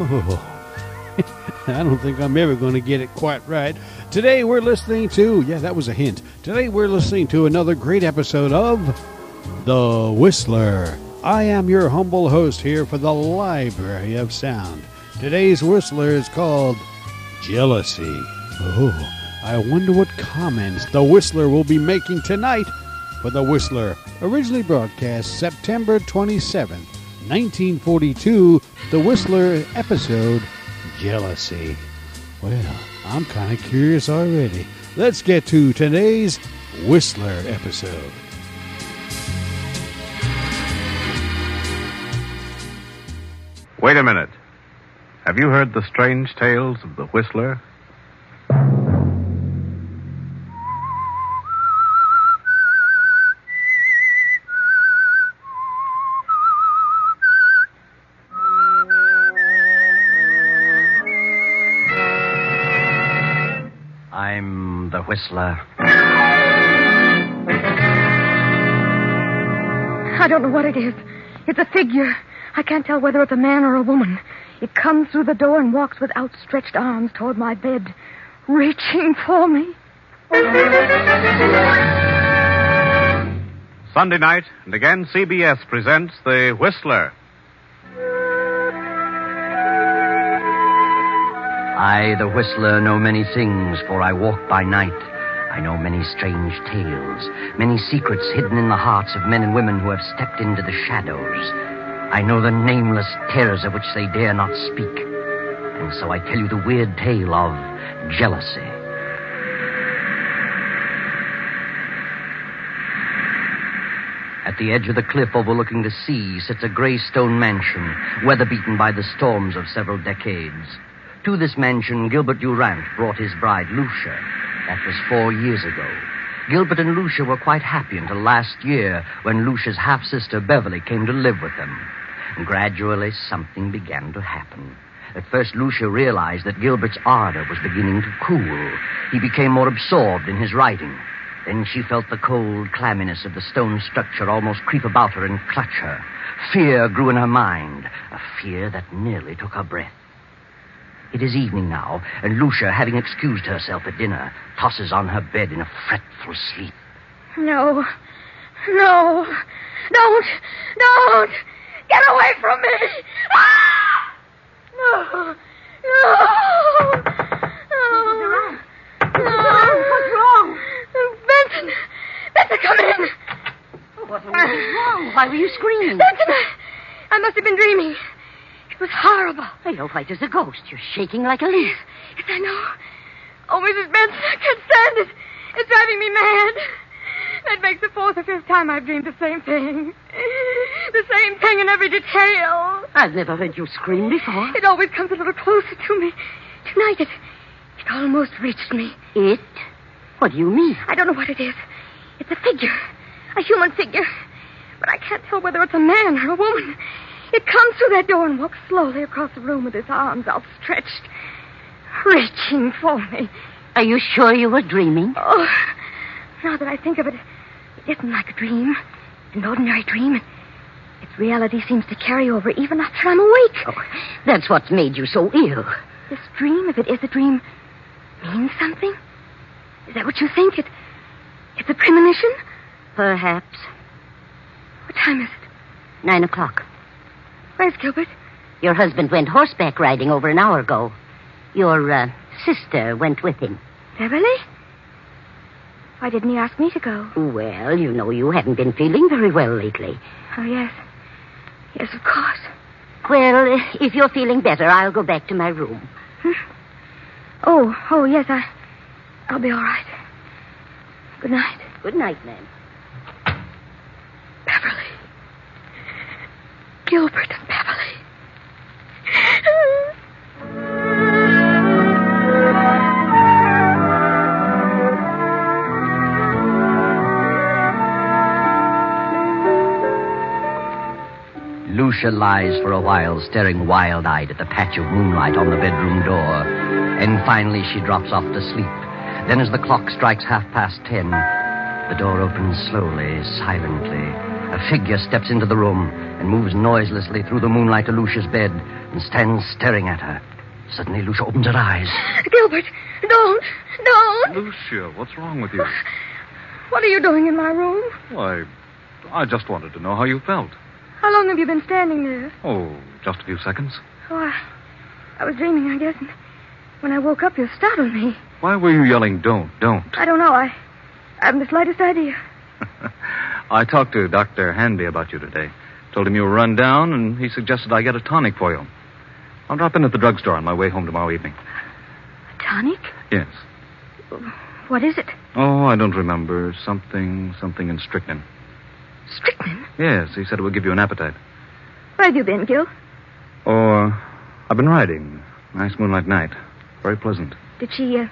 Oh, I don't think I'm ever going to get it quite right. Today we're listening to, yeah, that was a hint. Today we're listening to another great episode of The Whistler. I am your humble host here for the Library of Sound. Today's Whistler is called Jealousy. Oh, I wonder what comments The Whistler will be making tonight for The Whistler, originally broadcast September 27th, 1942, The Whistler episode Jealousy. Well, I'm kind of curious already. Let's get to today's Whistler episode. Wait a minute. Have you heard the strange tales of the Whistler? I'm the Whistler. I don't know what it is. It's a figure. I can't tell whether it's a man or a woman. It comes through the door and walks with outstretched arms toward my bed, reaching for me. Sunday night, and again CBS presents The Whistler. I, the Whistler, know many things, for I walk by night. I know many strange tales, many secrets hidden in the hearts of men and women who have stepped into the shadows. I know the nameless terrors of which they dare not speak. And so I tell you the weird tale of jealousy. At the edge of the cliff overlooking the sea sits a gray stone mansion, weather beaten by the storms of several decades. To this mansion, Gilbert Durant brought his bride, Lucia. That was four years ago. Gilbert and Lucia were quite happy until last year when Lucia's half sister, Beverly, came to live with them. Gradually, something began to happen. At first, Lucia realized that Gilbert's ardor was beginning to cool. He became more absorbed in his writing. Then she felt the cold clamminess of the stone structure almost creep about her and clutch her. Fear grew in her mind, a fear that nearly took her breath. It is evening now, and Lucia, having excused herself at dinner, tosses on her bed in a fretful sleep. No. No. Don't. Don't. Get away from me. Ah! No. No. No. No. What's wrong? Benson. Benson, come in. What was wrong? Why were you screaming? Benson, I, I must have been dreaming. It was horrible. Why, You're white as a ghost. You're shaking like a leaf. Yes, I know. Oh, Mrs. Benson, I can't stand it. It's driving me mad. That makes the fourth or fifth time I've dreamed the same thing. The same thing in every detail. I've never heard you scream before. It always comes a little closer to me. Tonight it, it almost reached me. It? What do you mean? I don't know what it is. It's a figure, a human figure. But I can't tell whether it's a man or a woman. It comes through that door and walks slowly across the room with its arms outstretched, reaching for me. Are you sure you were dreaming? Oh, now that I think of it, it isn't like a dream, an ordinary dream. Its reality seems to carry over even after I'm awake. Oh, that's what's made you so ill. This dream, if it is a dream, means something? Is that what you think? It, it's a premonition? Perhaps. What time is it? Nine o'clock. Where's Gilbert? Your husband went horseback riding over an hour ago. Your uh, sister went with him. Beverly? Why didn't he ask me to go? Well, you know you haven't been feeling very well lately. Oh, yes. Yes, of course. Well, if you're feeling better, I'll go back to my room. Hmm. Oh, oh, yes, I, I'll be all right. Good night. Good night, ma'am. Beverly. Gilbert and Beverly. Lucia lies for a while, staring wild eyed at the patch of moonlight on the bedroom door. And finally, she drops off to sleep. Then, as the clock strikes half past ten, the door opens slowly, silently. A A figure steps into the room and moves noiselessly through the moonlight to Lucia's bed and stands staring at her. Suddenly, Lucia opens her eyes. Gilbert, don't, don't. Lucia, what's wrong with you? What are you doing in my room? Why, I just wanted to know how you felt. How long have you been standing there? Oh, just a few seconds. Oh, I, I was dreaming, I guess. And when I woke up, you startled me. Why were you yelling, don't, don't? I don't know. I, I haven't the slightest idea. I talked to Dr. Handy about you today. Told him you were run down, and he suggested I get a tonic for you. I'll drop in at the drugstore on my way home tomorrow evening. A tonic? Yes. What is it? Oh, I don't remember. Something, something in strychnine. Strychnine? Yes, he said it would give you an appetite. Where have you been, Gil? Oh, uh, I've been riding. Nice moonlight night. Very pleasant. Did she, uh,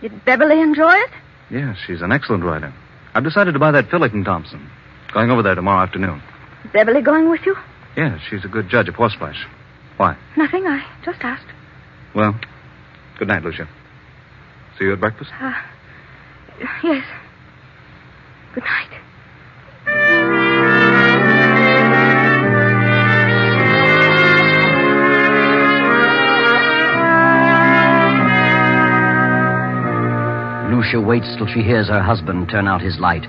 did Beverly enjoy it? Yes, she's an excellent rider. I've decided to buy that Phillington Thompson. Going over there tomorrow afternoon. Is Beverly going with you? Yes, she's a good judge of horseflesh. Why? Nothing. I just asked. Well, good night, Lucia. See you at breakfast? Uh, yes. Good night. Lucia waits till she hears her husband turn out his light,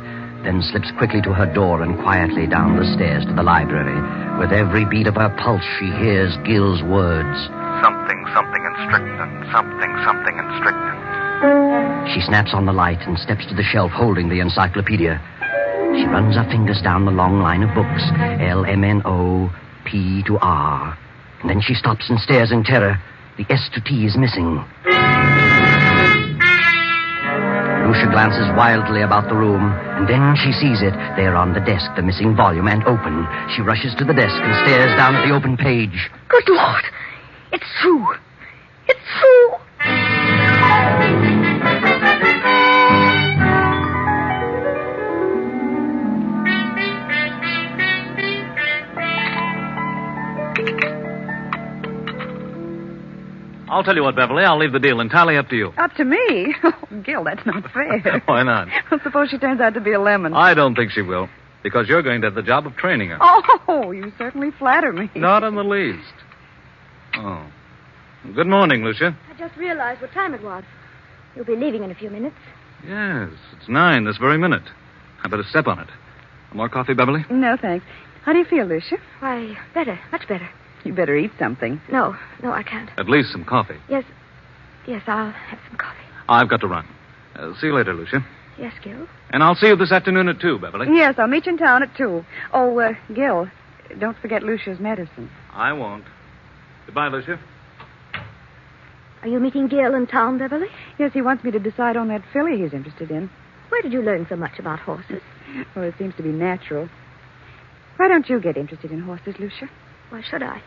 then slips quickly to her door and quietly down the stairs to the library. With every beat of her pulse, she hears Gill's words. Something, something in strychnine. Something, something in strychnine. She snaps on the light and steps to the shelf holding the encyclopedia. She runs her fingers down the long line of books L, M, N, O, P to R. And then she stops and stares in terror. The S to T is missing. Lucia glances wildly about the room, and then she sees it. There on the desk, the missing volume, and open. She rushes to the desk and stares down at the open page. Good Lord! It's true. It's true. I'll tell you what, Beverly. I'll leave the deal entirely up to you. Up to me? Oh, Gil, that's not fair. Why not? Well, suppose she turns out to be a lemon. I don't think she will, because you're going to have the job of training her. Oh, you certainly flatter me. Not in the least. Oh. Good morning, Lucia. I just realized what time it was. You'll be leaving in a few minutes. Yes, it's nine this very minute. I better step on it. More coffee, Beverly? No, thanks. How do you feel, Lucia? Why, better, much better. You better eat something. No, no, I can't. At least some coffee. Yes, yes, I'll have some coffee. I've got to run. Uh, see you later, Lucia. Yes, Gil. And I'll see you this afternoon at two, Beverly. Yes, I'll meet you in town at two. Oh, uh, Gil, don't forget Lucia's medicine. I won't. Goodbye, Lucia. Are you meeting Gil in town, Beverly? Yes, he wants me to decide on that filly he's interested in. Where did you learn so much about horses? Well, it seems to be natural. Why don't you get interested in horses, Lucia? Why should I?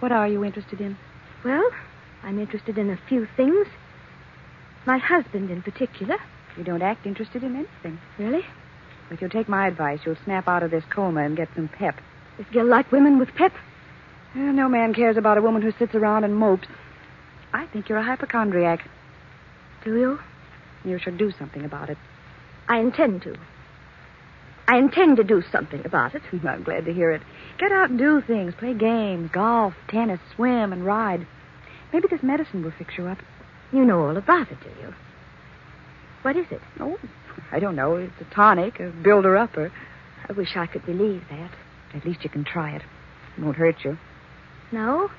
What are you interested in? Well, I'm interested in a few things. My husband in particular. You don't act interested in anything. Really? If you'll take my advice, you'll snap out of this coma and get some pep. Does Gil like women with pep? Uh, no man cares about a woman who sits around and mopes. I think you're a hypochondriac. Do you? You should do something about it. I intend to. I intend to do something about it. I'm glad to hear it. Get out and do things. Play games, golf, tennis, swim, and ride. Maybe this medicine will fix you up. You know all about it, do you? What is it? Oh, I don't know. It's a tonic, a builder-upper. I wish I could believe that. At least you can try it. It won't hurt you. No?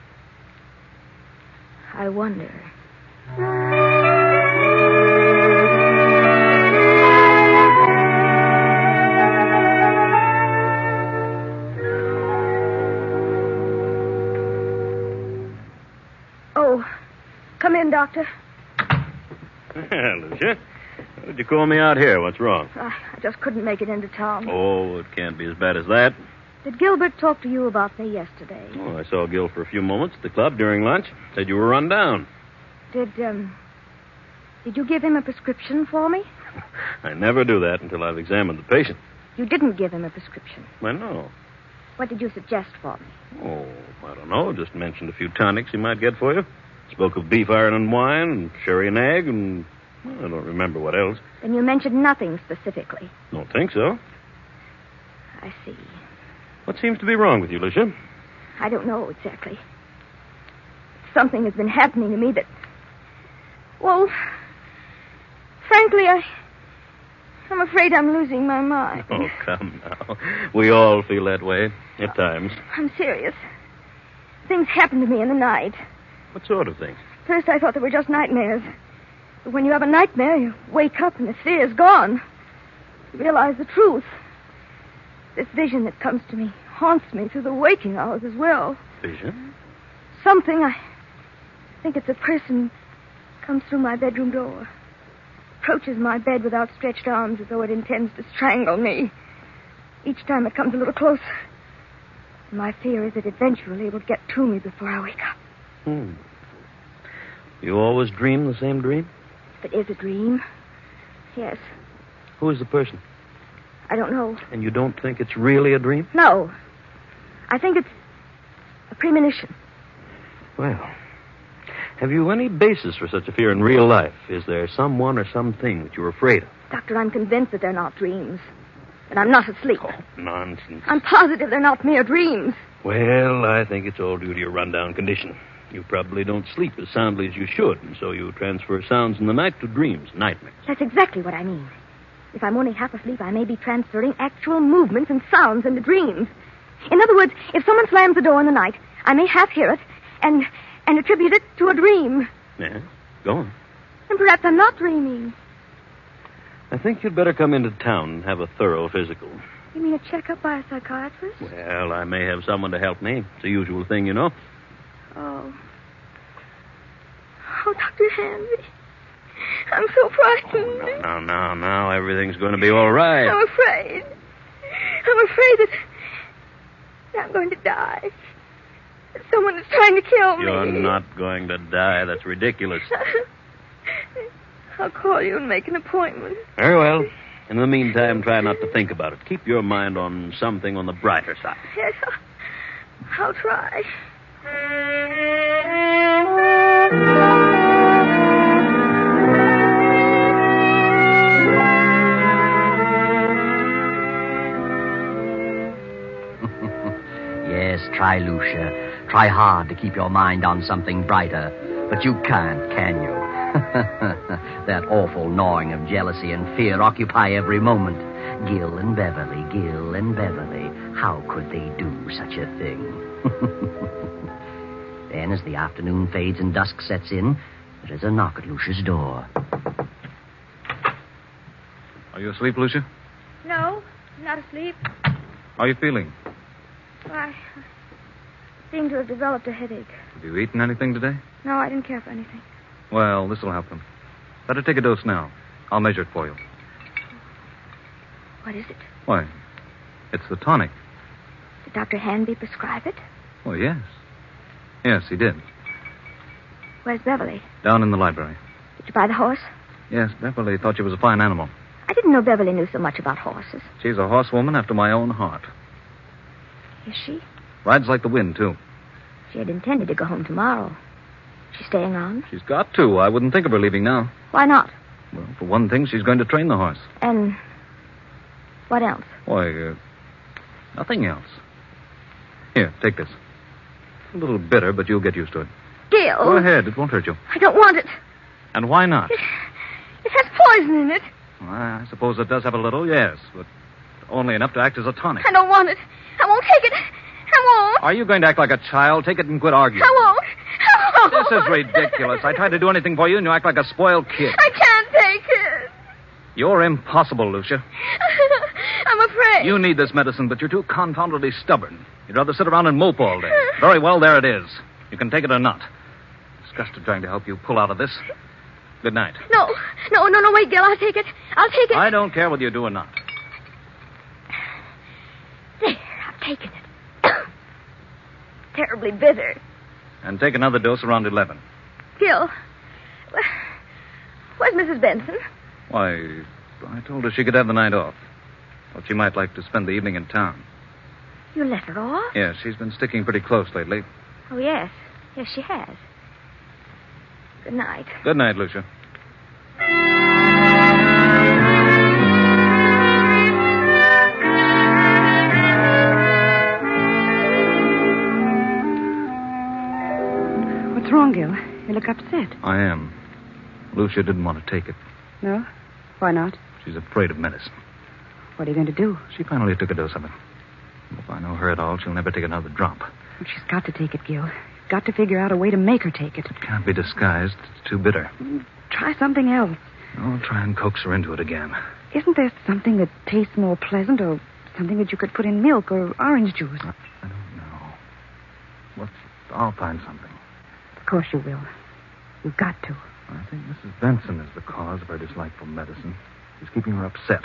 I wonder. Oh, come in, Doctor. Lucia, why did you call me out here? What's wrong? I, I just couldn't make it into town. Oh, it can't be as bad as that. Did Gilbert talk to you about me yesterday? Oh, I saw Gil for a few moments at the club during lunch. Said you were run down. Did, um. Did you give him a prescription for me? I never do that until I've examined the patient. You didn't give him a prescription. Well, no. What did you suggest for me? Oh, I don't know. Just mentioned a few tonics he might get for you. Spoke of beef iron and wine, and sherry and egg, and well, I don't remember what else. Then you mentioned nothing specifically. Don't think so. I see. What seems to be wrong with you, Lucia? I don't know exactly. Something has been happening to me that. Well, frankly, I. I'm afraid I'm losing my mind. Oh, come now. Uh, We all feel that way at times. I'm serious. Things happened to me in the night. What sort of things? First, I thought they were just nightmares. But when you have a nightmare, you wake up and the fear is gone. You realize the truth. This vision that comes to me haunts me through the waking hours as well. Vision? Something, I think it's a person, comes through my bedroom door, approaches my bed with outstretched arms as though it intends to strangle me. Each time it comes a little closer. My fear is that eventually it will get to me before I wake up. Hmm. You always dream the same dream? If it is a dream, yes, Who is the person? I don't know. And you don't think it's really a dream? No. I think it's a premonition. Well, have you any basis for such a fear in real life? Is there someone or something that you're afraid of? Doctor, I'm convinced that they're not dreams. That I'm not asleep. Nonsense. I'm positive they're not mere dreams. Well, I think it's all due to your rundown condition. You probably don't sleep as soundly as you should, and so you transfer sounds in the night to dreams, nightmares. That's exactly what I mean. If I'm only half asleep, I may be transferring actual movements and sounds into dreams. In other words, if someone slams the door in the night, I may half hear it and and attribute it to a dream. Yeah? Go on. And perhaps I'm not dreaming. I think you'd better come into town and have a thorough physical. You mean a checkup by a psychiatrist? Well, I may have someone to help me. It's the usual thing, you know. Oh. Oh, Dr. Henry. I'm so frightened. No, no, no, no. Everything's going to be all right. I'm afraid. I'm afraid that, that I'm going to die. That someone is trying to kill me. You're not going to die. That's ridiculous. I'll call you and make an appointment. Very well. In the meantime, try not to think about it. Keep your mind on something on the brighter side. Yes, I'll, I'll try. Yes, try, Lucia. Try hard to keep your mind on something brighter. But you can't, can you? that awful gnawing of jealousy and fear occupy every moment. Gill and Beverly, Gill and Beverly, how could they do such a thing? then, as the afternoon fades and dusk sets in, there is a knock at Lucia's door. Are you asleep, Lucia? No, I'm not asleep. How are you feeling? Why? I seem to have developed a headache. Have you eaten anything today? No, I didn't care for anything. Well, this will help them. Better take a dose now. I'll measure it for you. What is it? Why? It's the tonic. Did Dr. Hanby prescribe it? Oh, yes. Yes, he did. Where's Beverly? Down in the library. Did you buy the horse? Yes, Beverly thought you was a fine animal. I didn't know Beverly knew so much about horses. She's a horsewoman after my own heart. Is she? Rides like the wind, too. She had intended to go home tomorrow. She's staying on? She's got to. I wouldn't think of her leaving now. Why not? Well, for one thing, she's going to train the horse. And what else? Why, uh, nothing else. Here, take this. A little bitter, but you'll get used to it. Gil. Go ahead. It won't hurt you. I don't want it. And why not? It has poison in it. Well, I suppose it does have a little, yes, but only enough to act as a tonic. I don't want it. I won't take it. I won't. Are you going to act like a child? Take it and quit arguing. I won't. I won't. This is ridiculous. I tried to do anything for you, and you act like a spoiled kid. I can't take it. You're impossible, Lucia. I'm afraid. You need this medicine, but you're too confoundedly stubborn. You'd rather sit around and mope all day. Very well, there it is. You can take it or not. Disgusted trying to help you pull out of this. Good night. No, no, no, no, wait, Gil. I'll take it. I'll take it. I don't care whether you do or not. There, I've taken it. Terribly bitter. And take another dose around 11. Gil, wh- where's Mrs. Benson? Why, I told her she could have the night off. Thought she might like to spend the evening in town. You let her off? Yes, she's been sticking pretty close lately. Oh, yes. Yes, she has. Good night. Good night, Lucia. Thank you. wrong, Gil? You look upset. I am. Lucia didn't want to take it. No? Why not? She's afraid of medicine. What are you going to do? She finally took a dose of it. If I know her at all, she'll never take another drop. She's got to take it, Gil. Got to figure out a way to make her take it. Can't be disguised. It's too bitter. Try something else. I'll try and coax her into it again. Isn't there something that tastes more pleasant or something that you could put in milk or orange juice? I don't know. What's... I'll find something. Of course you will. You've got to. I think Mrs. Benson is the cause of her dislike for medicine. She's keeping her upset.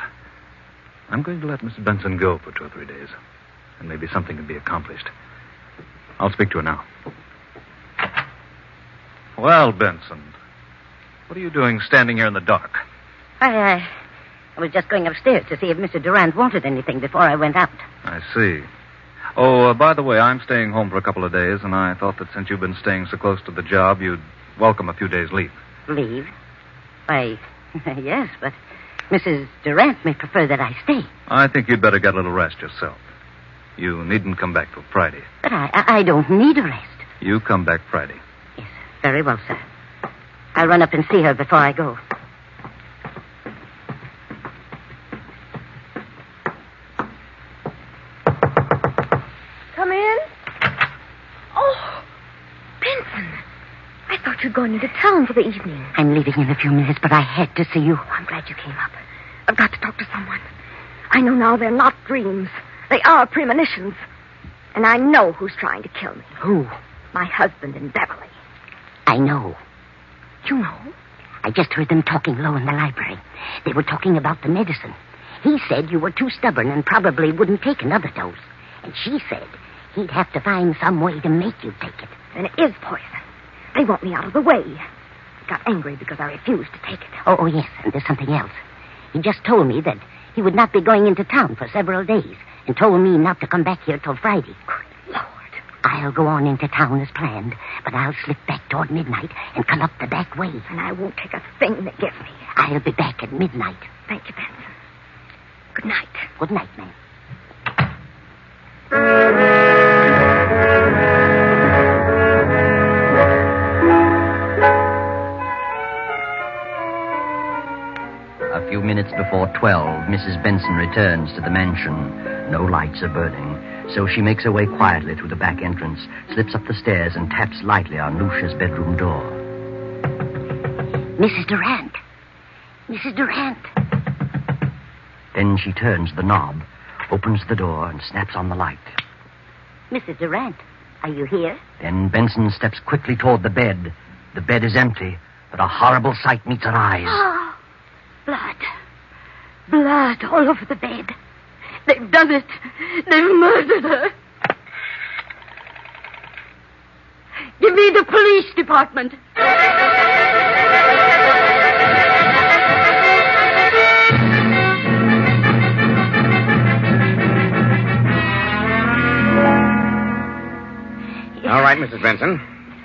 I'm going to let Mrs. Benson go for two or three days, and maybe something can be accomplished. I'll speak to her now. Well, Benson, what are you doing standing here in the dark? I, uh, I was just going upstairs to see if Mr. Durand wanted anything before I went out. I see. Oh, uh, by the way, I'm staying home for a couple of days, and I thought that since you've been staying so close to the job, you'd welcome a few days' leave. Leave? Why, yes, but Mrs. Durant may prefer that I stay. I think you'd better get a little rest yourself. You needn't come back till Friday. But I, I, I don't need a rest. You come back Friday. Yes, very well, sir. I'll run up and see her before I go. Come in. Oh, Benson. I thought you'd gone into town for the evening. Oh, I'm leaving in a few minutes, but I had to see you. I'm glad you came up. I've got to talk to someone. I know now they're not dreams. They are premonitions. And I know who's trying to kill me. Who? My husband and Beverly. I know. You know? I just heard them talking low in the library. They were talking about the medicine. He said you were too stubborn and probably wouldn't take another dose. And she said he'd have to find some way to make you take it. And it is poison. They want me out of the way. I got angry because I refused to take it. Oh, oh yes, and there's something else. He just told me that he would not be going into town for several days and told me not to come back here till Friday. Good Lord. I'll go on into town as planned, but I'll slip back toward midnight and come up the back way. And I won't take a thing that gives me. I'll be back at midnight. Thank you, Benson. Good night. Good night, ma'am. A few minutes before 12, Mrs. Benson returns to the mansion. No lights are burning, so she makes her way quietly through the back entrance, slips up the stairs, and taps lightly on Lucia's bedroom door. Mrs. Durant. Mrs. Durant. Then she turns the knob, opens the door, and snaps on the light. Mrs. Durant, are you here? Then Benson steps quickly toward the bed. The bed is empty, but a horrible sight meets her eyes. Oh, blood. Blood all over the bed. They've done it. They've murdered her. Give me the police department. All right, Mrs. Benson.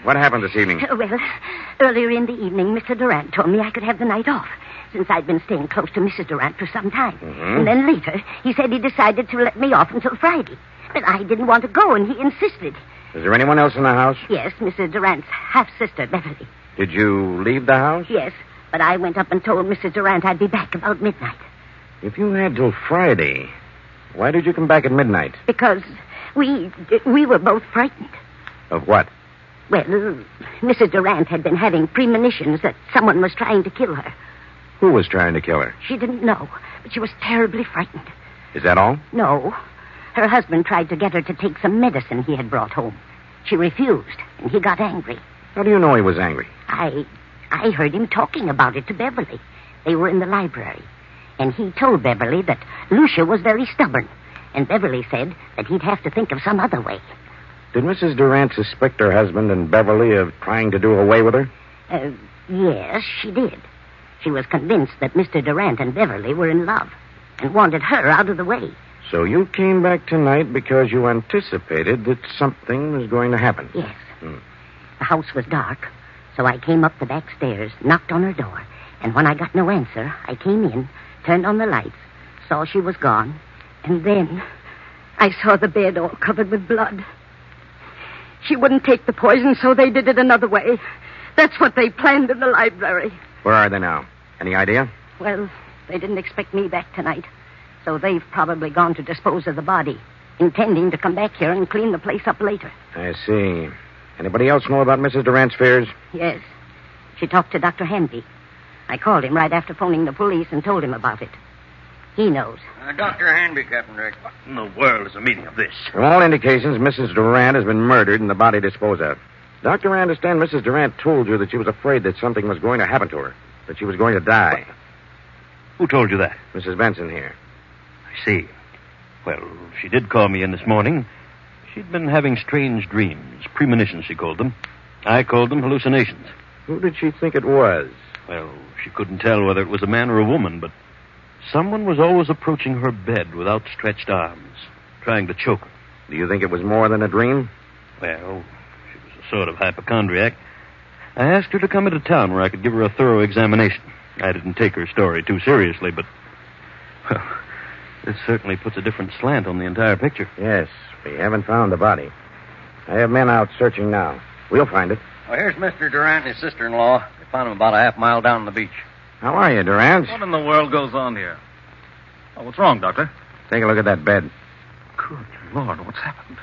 What happened this evening? Oh, Well, earlier in the evening, Mr. Durant told me I could have the night off, since I'd been staying close to Mrs. Durant for some time. And then later, he said he decided to let me off until Friday. But I didn't want to go, and he insisted. Is there anyone else in the house? Yes, Mrs. Durant's half sister, Beverly. Did you leave the house? Yes, but I went up and told Mrs. Durant I'd be back about midnight If you had till Friday, why did you come back at midnight? because we we were both frightened. Of what? Well, Mrs. Durant had been having premonitions that someone was trying to kill her. Who was trying to kill her? She didn't know, but she was terribly frightened. Is that all? No. Her husband tried to get her to take some medicine he had brought home. She refused, and he got angry. How do you know he was angry? I I heard him talking about it to Beverly. They were in the library. And he told Beverly that Lucia was very stubborn. And Beverly said that he'd have to think of some other way. Did Mrs. Durant suspect her husband and Beverly of trying to do away with her? Uh, yes, she did. She was convinced that Mr. Durant and Beverly were in love and wanted her out of the way. So you came back tonight because you anticipated that something was going to happen. Yes. Hmm. The house was dark, so I came up the back stairs, knocked on her door, and when I got no answer, I came in, turned on the lights, saw she was gone, and then I saw the bed all covered with blood. She wouldn't take the poison, so they did it another way. That's what they planned in the library. Where are they now? Any idea? Well, they didn't expect me back tonight, so they've probably gone to dispose of the body, intending to come back here and clean the place up later. I see. Anybody else know about Mrs. Durant's fears? Yes. She talked to Dr. Hanby. I called him right after phoning the police and told him about it. He knows. Uh, Dr. Hanby, Captain Drake. What in the world is the meaning of this? From all indications, Mrs. Durant has been murdered and the body disposed of. Doctor, I understand Mrs. Durant told you that she was afraid that something was going to happen to her, that she was going to die. Who told you that? Mrs. Benson here. I see. Well, she did call me in this morning. She'd been having strange dreams, premonitions, she called them. I called them hallucinations. Who did she think it was? Well, she couldn't tell whether it was a man or a woman, but someone was always approaching her bed with outstretched arms, trying to choke her. Do you think it was more than a dream? Well, she was a sort of hypochondriac. I asked her to come into town where I could give her a thorough examination. I didn't take her story too seriously, but. Well, this certainly puts a different slant on the entire picture. Yes, we haven't found the body. I have men out searching now. We'll find it. Well, here's Mr. Durant and his sister-in-law. They found him about a half mile down the beach. How are you, Durant? What in the world goes on here? Oh, what's wrong, Doctor? Take a look at that bed. Good Lord, what's happened?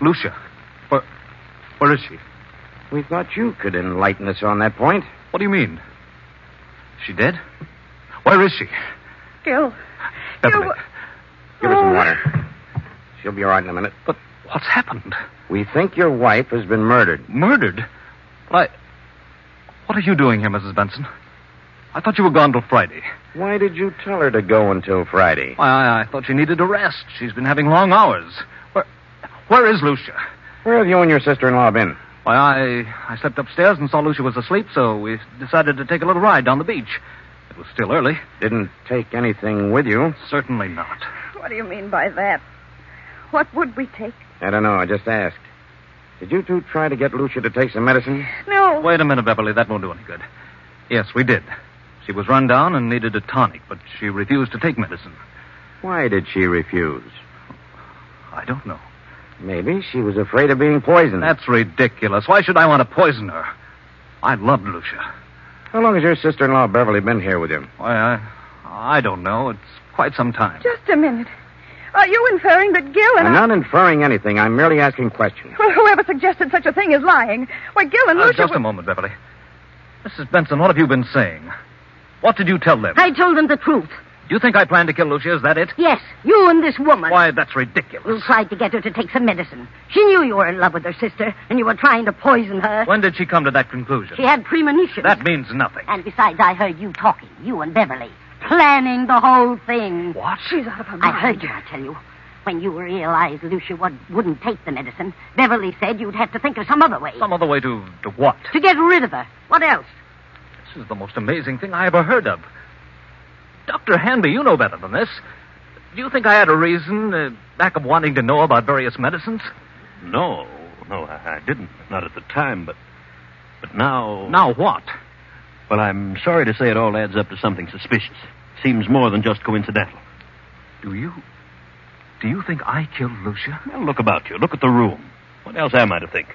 Lucia, where, where is she? We thought you could enlighten us on that point. What do you mean? Is she dead? Where is she? Gil. Beverly, Gil, Give her some water. She'll be all right in a minute. But what's happened? We think your wife has been murdered. Murdered? Why? What are you doing here, Mrs. Benson? I thought you were gone till Friday. Why did you tell her to go until Friday? Why, I, I thought she needed a rest. She's been having long hours. Where, where is Lucia? Where have you and your sister-in-law been? Why, I, I slept upstairs and saw Lucia was asleep, so we decided to take a little ride down the beach. It was still early. Didn't take anything with you. Certainly not. What do you mean by that? What would we take? I don't know. I just asked. Did you two try to get Lucia to take some medicine? No. Wait a minute, Beverly. That won't do any good. Yes, we did. She was run down and needed a tonic, but she refused to take medicine. Why did she refuse? I don't know. Maybe she was afraid of being poisoned. That's ridiculous. Why should I want to poison her? I loved Lucia. How long has your sister-in-law Beverly been here with you? Why, I, I don't know. It's quite some time. Just a minute. Are you inferring that Gil and I'm I... not inferring anything. I'm merely asking questions. Well, whoever suggested such a thing is lying. Why, Gil and Uh, Lucia... just were- a moment, Beverly. Mrs. Benson, what have you been saying? What did you tell them? I told them the truth. You think I planned to kill Lucia? Is that it? Yes, you and this woman. Why, that's ridiculous. You tried to get her to take some medicine. She knew you were in love with her sister, and you were trying to poison her. When did she come to that conclusion? She had premonitions. That means nothing. And besides, I heard you talking, you and Beverly, planning the whole thing. What? She's out of her I mind. heard you, I tell you. When you realized Lucia would, wouldn't take the medicine, Beverly said you'd have to think of some other way. Some other way to, to what? To get rid of her. What else? This is the most amazing thing I ever heard of. Dr. Hanby, you know better than this. Do you think I had a reason uh, back of wanting to know about various medicines? No, no, I, I didn't. Not at the time, but. But now. Now what? Well, I'm sorry to say it all adds up to something suspicious. Seems more than just coincidental. Do you. Do you think I killed Lucia? Well, look about you. Look at the room. What else am I to think?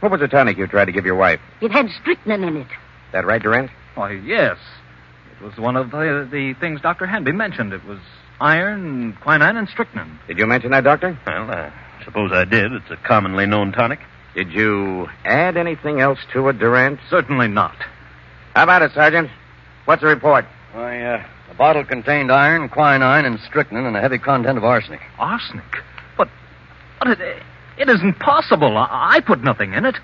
What was the tonic you tried to give your wife? It had strychnine in it. That right, Durant? Why, yes. It was one of the, the things Dr. Hanby mentioned. It was iron, quinine, and strychnine. Did you mention that, Doctor? Well, I suppose I did. It's a commonly known tonic. Did you add anything else to it, Durant? Certainly not. How about it, Sergeant? What's the report? Why, uh, the bottle contained iron, quinine, and strychnine, and a heavy content of arsenic. Arsenic? But. but it, it isn't possible. I, I put nothing in it.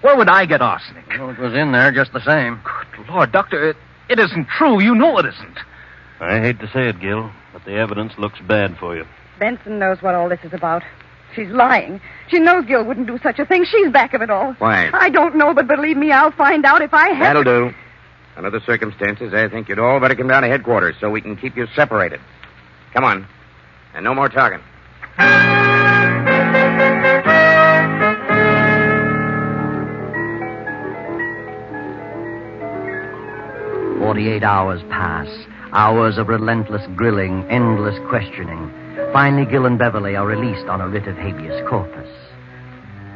Where would I get arsenic? Well, it was in there just the same. Good Lord, Doctor, it, it isn't true. You know it isn't. I hate to say it, Gil, but the evidence looks bad for you. Benson knows what all this is about. She's lying. She knows Gil wouldn't do such a thing. She's back of it all. Why? I don't know, but believe me, I'll find out if I have. That'll do. Under the circumstances, I think you'd all better come down to headquarters so we can keep you separated. Come on. And no more talking. Forty-eight hours pass. Hours of relentless grilling, endless questioning. Finally, Gill and Beverly are released on a writ of habeas corpus.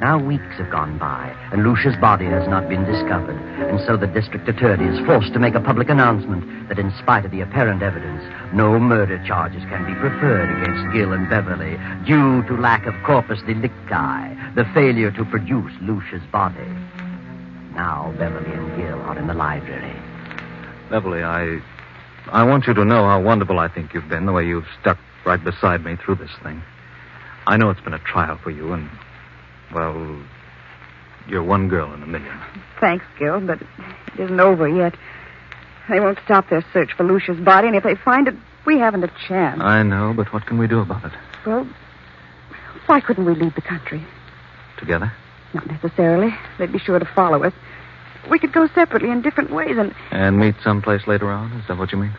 Now weeks have gone by, and Lucia's body has not been discovered, and so the district attorney is forced to make a public announcement that, in spite of the apparent evidence, no murder charges can be preferred against Gill and Beverly due to lack of corpus delicti, the failure to produce Lucia's body. Now Beverly and Gill are in the library. Beverly, I. I want you to know how wonderful I think you've been, the way you've stuck right beside me through this thing. I know it's been a trial for you, and, well, you're one girl in a million. Thanks, Gil, but it isn't over yet. They won't stop their search for Lucia's body, and if they find it, we haven't a Uh. chance. I know, but what can we do about it? Well, why couldn't we leave the country? Together? Not necessarily. They'd be sure to follow us. We could go separately in different ways, and And meet someplace later on? Is that what you mean?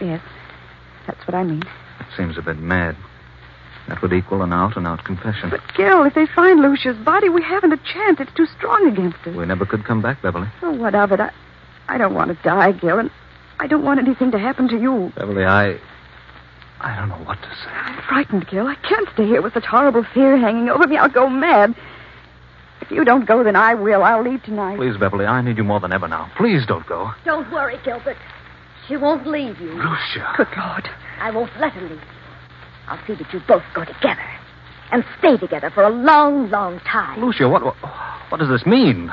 yes, that's what I mean. That seems a bit mad. That would equal an out and out confession. Gil, if they find Lucia's body, we haven't a chance. It's too strong against us. We never could come back, Beverly. Oh, what of it? I, I don't want to die, Gil, and I don't want anything to happen to you. Beverly, I. I don't know what to say. I'm frightened, Gil. I can't stay here with such horrible fear hanging over me. I'll go mad. If you don't go, then I will. I'll leave tonight. Please, Beverly, I need you more than ever now. Please don't go. Don't worry, Gilbert. She won't leave you. Lucia. Good Lord. I won't let her leave you. I'll see that you both go together and stay together for a long, long time. Lucia, what, what, what does this mean?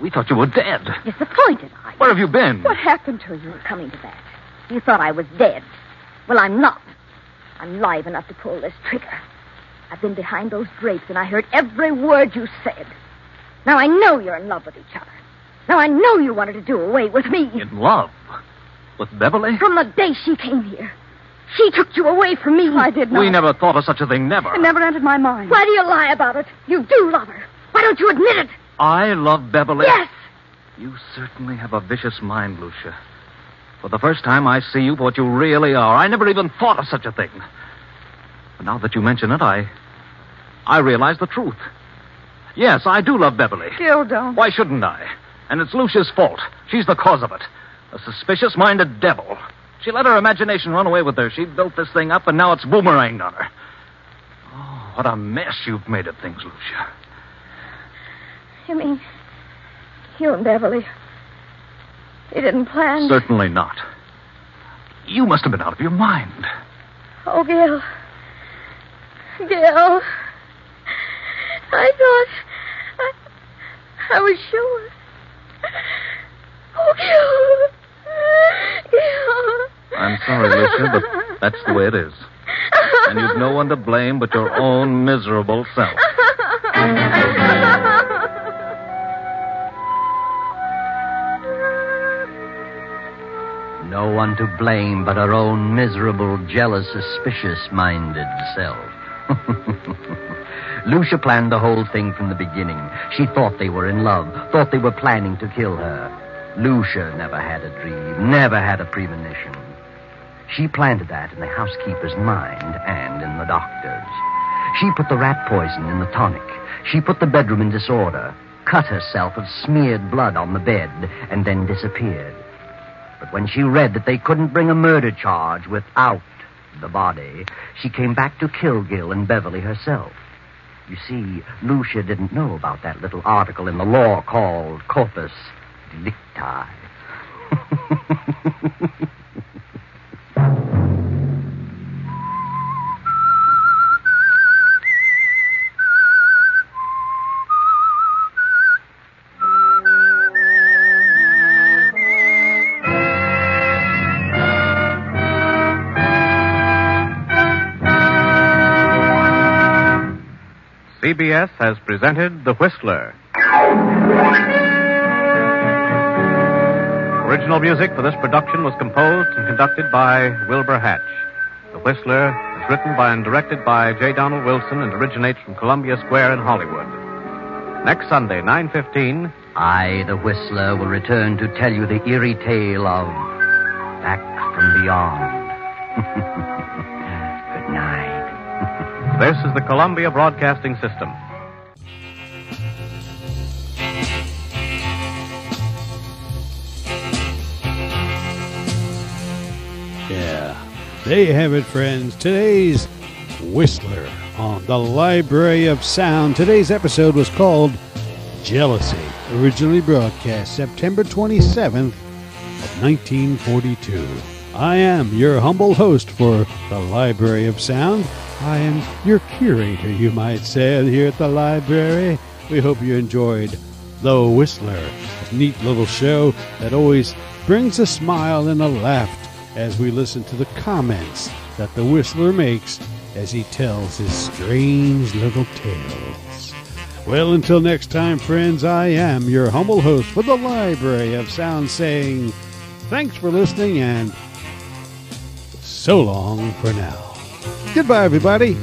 We thought you were dead. Disappointed, are you? Where have you been? What happened to you? Coming to that. You thought I was dead. Well, I'm not. I'm live enough to pull this trigger. I've been behind those drapes and I heard every word you said. Now I know you're in love with each other. Now I know you wanted to do away with me. In love? With Beverly? From the day she came here, she took you away from me. I did We never thought of such a thing, never. It never entered my mind. Why do you lie about it? You do love her. Why don't you admit it? I love Beverly. Yes. You certainly have a vicious mind, Lucia. For the first time, I see you for what you really are. I never even thought of such a thing. But now that you mention it, I. I realize the truth. Yes, I do love Beverly. Gil, don't. Why shouldn't I? And it's Lucia's fault. She's the cause of it. A suspicious minded devil. She let her imagination run away with her. She built this thing up, and now it's boomeranged on her. Oh, what a mess you've made of things, Lucia. You mean you and Beverly? You didn't plan? Certainly not. You must have been out of your mind. Oh, Gil. Gil. I thought. I, I was sure. Oh, Gil. Gil. I'm sorry, Lucia, but that's the way it is. And you've no one to blame but your own miserable self. No one to blame but her own miserable, jealous, suspicious minded self. Lucia planned the whole thing from the beginning. She thought they were in love, thought they were planning to kill her. Lucia never had a dream, never had a premonition. She planted that in the housekeeper's mind and in the doctor's. She put the rat poison in the tonic. She put the bedroom in disorder, cut herself and smeared blood on the bed, and then disappeared. But when she read that they couldn't bring a murder charge without the body, she came back to Kilgill and Beverly herself. You see, Lucia didn't know about that little article in the law called Corpus Delicti. CBS has presented The Whistler. Original music for this production was composed and conducted by Wilbur Hatch. The Whistler is written by and directed by J. Donald Wilson and originates from Columbia Square in Hollywood. Next Sunday, 9.15, I, the Whistler, will return to tell you the eerie tale of Back from Beyond. Good night. this is the Columbia Broadcasting System. Yeah. There you have it, friends. Today's Whistler. on the Library of Sound. Today's episode was called Jealousy, originally broadcast September 27th of 1942. I am your humble host for the Library of Sound. I am your curator, you might say, here at the library. We hope you enjoyed The Whistler, a neat little show that always brings a smile and a laugh as we listen to the comments that the Whistler makes as he tells his strange little tales. Well, until next time, friends, I am your humble host for the Library of Sound saying thanks for listening and so long for now. Goodbye, everybody.